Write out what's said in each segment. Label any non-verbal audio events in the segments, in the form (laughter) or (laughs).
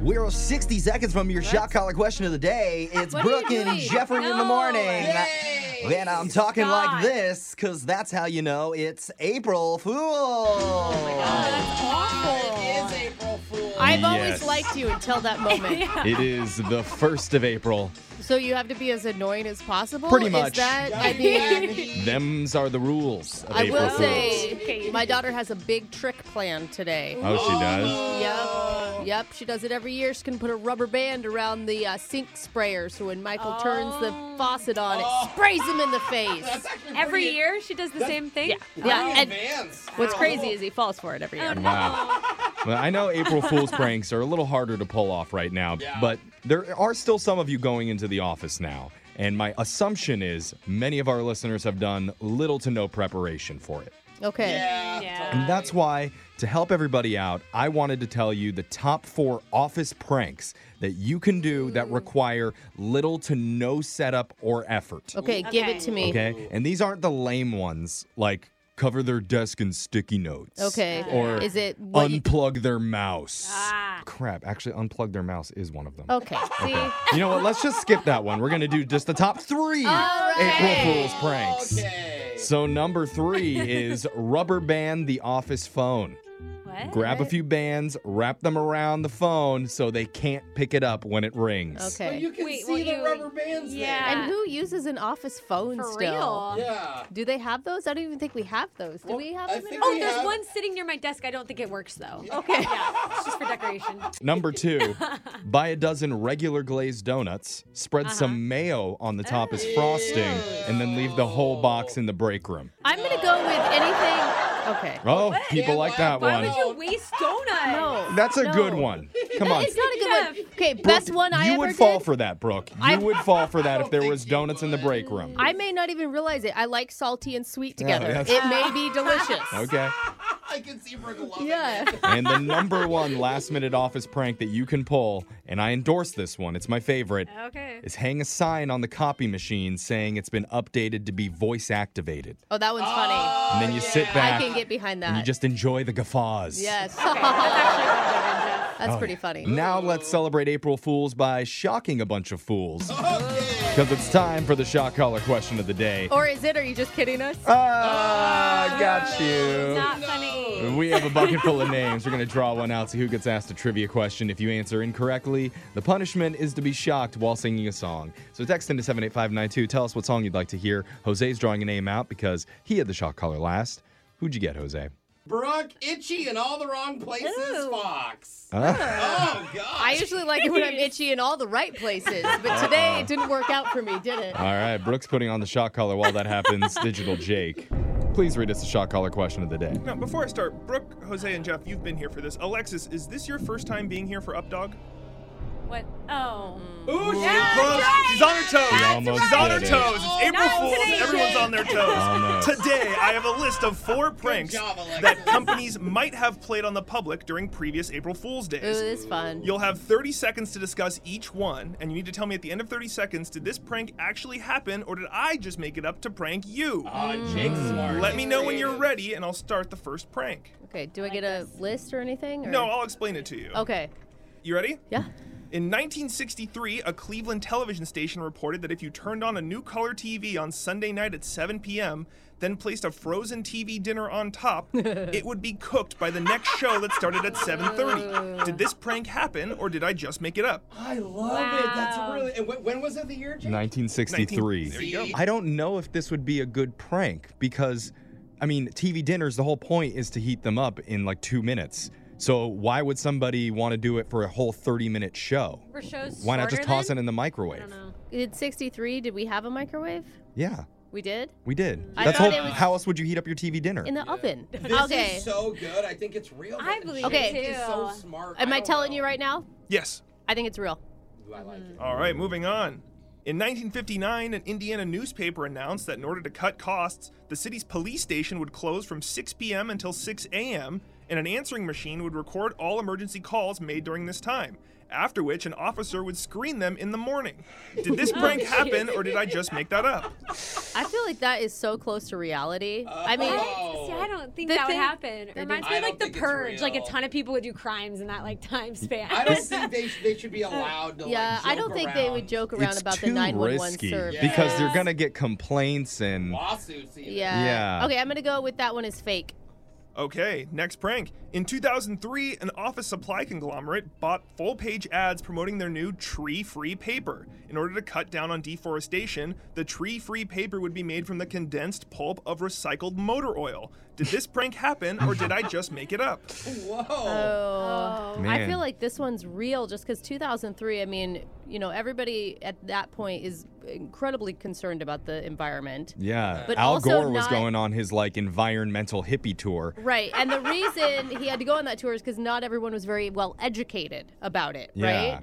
We're 60 seconds from your shot collar question of the day. It's What are you Brooke and doing? Jeffrey in the No. morning. Yay! And I'm talking like God. this because that's how you know it's April Fool. That's awful. It is April Fool. I've Yes. always liked you until that (laughs) moment. It is the 1st of April. So you have to be as annoying as possible. Pretty Is much. that- (laughs) I Yeah. mean, Thems are the rules of I April will Fools. say, Okay. my daughter has a big trick planned today. Oh, she does? Yep, yep. She does it every year. She can put a rubber band around the uh, sink sprayer, so when Michael turns the faucet on, Oh. it sprays (laughs) him in the face. That's (laughs) actually Every pretty- year she does the same thing. Yeah, pretty and advanced. what's Wow. crazy is he falls for it every year. Wow. Well, I know April Fool's pranks are a little harder to pull off right now, Yeah. but there are still some of you going into the office now. And my assumption is many of our listeners have done little to no preparation for it. Okay. Yeah. (laughs) Yeah. And that's why, to help everybody out, I wanted to tell you the top four office pranks that you can do Mm. that require little to no setup or effort. Okay, give Okay. it to me. Okay. And these aren't the lame ones like cover their desk in sticky notes. Okay. Or Is it what you- unplug their mouse. Ah. Crap. Actually, unplug their mouse is one of them. (laughs) Okay. See? You know what? Let's just skip that one. We're going to do just the top three April Fool's pranks. Okay. So, number three is rubber band the office phone. What? Grab a few bands, wrap them around the phone so they can't pick it up when it rings. But Okay. you can Wait, see what the you- rubber bands Yeah. And who uses an office phone For still? real. there. Yeah. (laughs) Do they have those? I don't even think we have those. Do Well, we have I them? in think our- Oh, there's Yeah. one sitting near my desk. I don't think it works though. (laughs) Okay. yeah. It's just for decoration. Number (laughs) two, buy a dozen regular glazed donuts, spread Uh-huh. some mayo on the top as frosting, and then leave the whole box in the break room. I'm gonna go with anything. Okay. Oh, people Yeah, like why- that why one. would Did you waste donuts? No. That's a no. good (laughs) one. Come on. It's not a good one. Okay, best one I you ever would fall did. for that, Brooke. You I- would fall for that if (laughs) don't there think was you donuts in the would. break room. I may not even realize it. I like salty and sweet Yeah, together. that's- it may be delicious. Okay. I can see Brooke loving Yeah. it. And the number one last minute office prank that you can pull, and I endorse this one, it's my favorite, Okay. is hang a sign on the copy machine saying it's been updated to be voice activated. Oh, that one's funny. And then you sit Oh, I back can get behind that. and you just enjoy the guffaws. (laughs) yes. (laughs) That's pretty funny. Now let's celebrate April Fools by shocking a bunch of fools. Because it's time for the shock collar question of the day. Or is it? Are you just kidding us? Uh, Ah, got you. Not funny. We have a bucket full of names. We're going to draw one out, see who gets asked a trivia question. If you answer incorrectly, the punishment is to be shocked while singing a song. So text into 78592. Tell us what song you'd like to hear. Jose's drawing a name out because he had the shock collar last. Who'd you get, Jose? Brooke, itchy in all the wrong places, Ooh. Fox. (laughs) Huh? Oh, God. I usually like it when I'm itchy in all the right places, Uh, but today it didn't work out for me, did it? All right, Brooks putting on the shock collar while that happens. Digital Jake, please read us the shock collar question of the day. Now, before I start, Brooke, Jose, and Jeff, you've been here for this. Alexis, is this your first time being here for Updog? What? Oh. Ooh, she Close. She's on her toes. almost She's on her did it. toes. It's April not Fool's. today. Everyone's on their toes. Almost. Today, I have a list of four pranks job, Alexis. that companies might have played on the public during previous April Fool's Ooh, days. this is fun. You'll have 30 seconds to discuss each one, and you need to tell me at the end of 30 seconds did this prank actually happen, or did I just make it up to prank you? Oh, Jake's Mm. smart. Let me know when you're Creative. ready, and I'll start the first prank. Okay, do I get a list or anything? or- No, I'll explain it to you. Okay. You ready? Yeah. In 1963, a Cleveland television station reported that if you turned on a new color TV on Sunday night at 7 p.m., then placed a frozen TV dinner on top, it would be cooked by the next show that started at 7:30. Did this prank happen, or did I just make it up? I love it. That's Wow. really. And when, when was it the year, Jake? 1963. There you go. I don't know if this would be a good prank because, I mean, TV dinners, the whole point is to heat them up in like two minutes. So why would somebody want to do it for a whole 30 minute show? Were shows Why not just shorter toss it then? in the microwave? I don't know. In 63, did we have a microwave? Yeah, We did? we did. I That's thought whole, it was- how else would you heat up your TV dinner? In the oven. (laughs) This okay. is so good. I think it's real. I but believe Jake it is so too. smart. Am I don't telling know. you right now? Yes. I think it's real. Ooh, I like it. All right, moving on. In 1959, an Indiana newspaper announced that in order to cut costs, the city's police station would close from 6 p.m. until 6 a.m., and an answering machine would record all emergency calls made during this time, after which an officer would screen them in the morning. Did this prank happen, or did I just make that up? I feel like that is so close to reality. I mean, Oh. See, I I don't think The that thing- would happen. It reminds do. me I of like don't the think it's purge. Like a real. ton of people would do crimes in that like time span. (laughs) I don't think they, sh- they should be allowed to. (laughs) like, Yeah, I don't joke think they would around. joke around it's about the too 911 risky service. because Yeah. they're gonna get complaints and lawsuits. Even. Yeah. Yeah. Okay, I'm gonna go with that one is fake. Okay, next prank. In 2003, an office supply conglomerate bought full page ads promoting their new tree free paper. In order to cut down on deforestation, the tree free paper would be made from the condensed pulp of recycled motor oil. Did this prank happen, or did I just make it up? Whoa. Oh, I Man. feel like this one's real just because 2003. I mean, you know, everybody at that point is incredibly concerned about the environment. yeah. But Al also Gore was not- going on his like environmental hippie tour. Right. And the reason he had to go on that tour is because not everyone was very well educated about it, Yeah. right?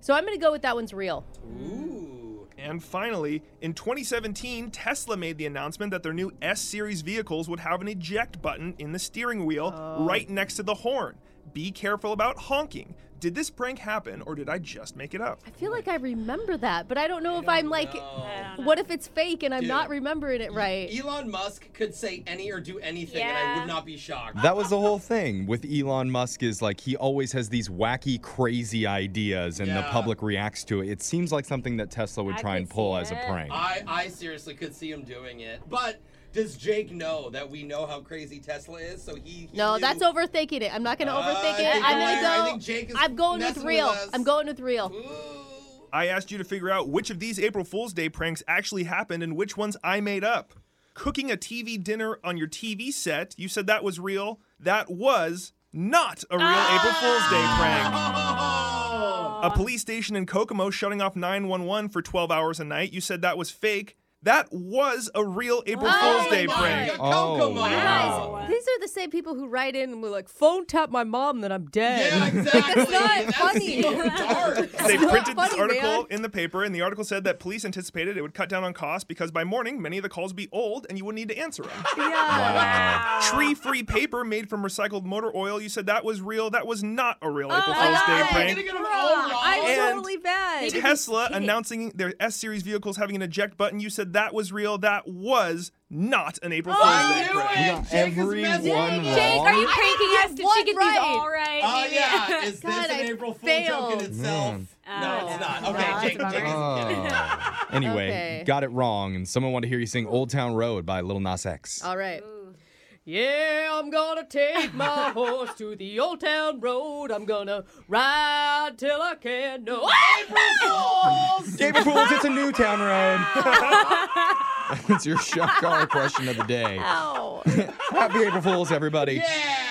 So I'm going to go with that one's real. Ooh. And finally, in 2017, Tesla made the announcement that their new S Series vehicles would have an eject button in the steering wheel right next to the horn. Be careful about honking. Did this prank happen, or did I just make it up? I feel like I remember that, but I don't know if I'm like, know. what if it's fake and I'm Dude. not remembering it right? Elon Musk could say any or do anything, and I Yeah. would not be shocked. That was the whole thing with Elon Musk is like he always has these wacky, crazy ideas and the Yeah. public reacts to it. It seems like something that Tesla would I try could and pull see as a it. prank. I, I seriously could see him doing it. But does Jake know that we know how crazy Tesla is? So he. he No, knew- that's overthinking it. I'm not going to Uh, overthink I it. think I'm you're going to right. I go. think Jake is I'm going with messing with real. us. I'm going with real. Ooh. I asked you to figure out which of these April Fool's Day pranks actually happened and which ones I made up. Cooking a TV dinner on your TV set, you said that was real. That was not a real April Fool's Day prank. A police station in Kokomo shutting off 911 for 12 hours a night. You said that was fake. That was a real April Fool's Day Oh my prank. God, Oh, Kokomo. wow. Guys, These are the same people who write in and were like, phone tap my mom that I'm dead. (laughs) Yeah, exactly. not funny. (laughs) so dark. They printed Funny, this article man. in the paper, and the article said that police anticipated it would cut down on costs because by morning, many of the calls would be old and you wouldn't need to answer them. Wow. Tree free paper made from recycled motor oil. You said that was real. That was not a Oh real April my Fool's Day God. prank. You're gonna get them all wrong. I'm And totally bad. Tesla announcing their S series vehicles having an eject button. You said that was real. That was not an April Fool's Oh, I Day knew prank. it. Got Jake is messing everyone with us. Jake, are you I pranking didn't us? get Did one she get right. these all right? Oh (laughs) yeah, is God, this I an April Fool's failed. Oh, joke in itself? Man. No, it's not. Okay, No, Jake, that's Jake. (laughs) Ah. anyway, Okay. got it wrong, and someone wanted to hear you sing "Old Town Road" by Little Nas X. Oh, All right. Yeah, I'm gonna take (laughs) my horse to the old town road. I'm gonna ride till I can no. Gabriel Pools, it's a new town (laughs) road. That's your shock collar question of the day. (laughs) Happy April Fools, everybody.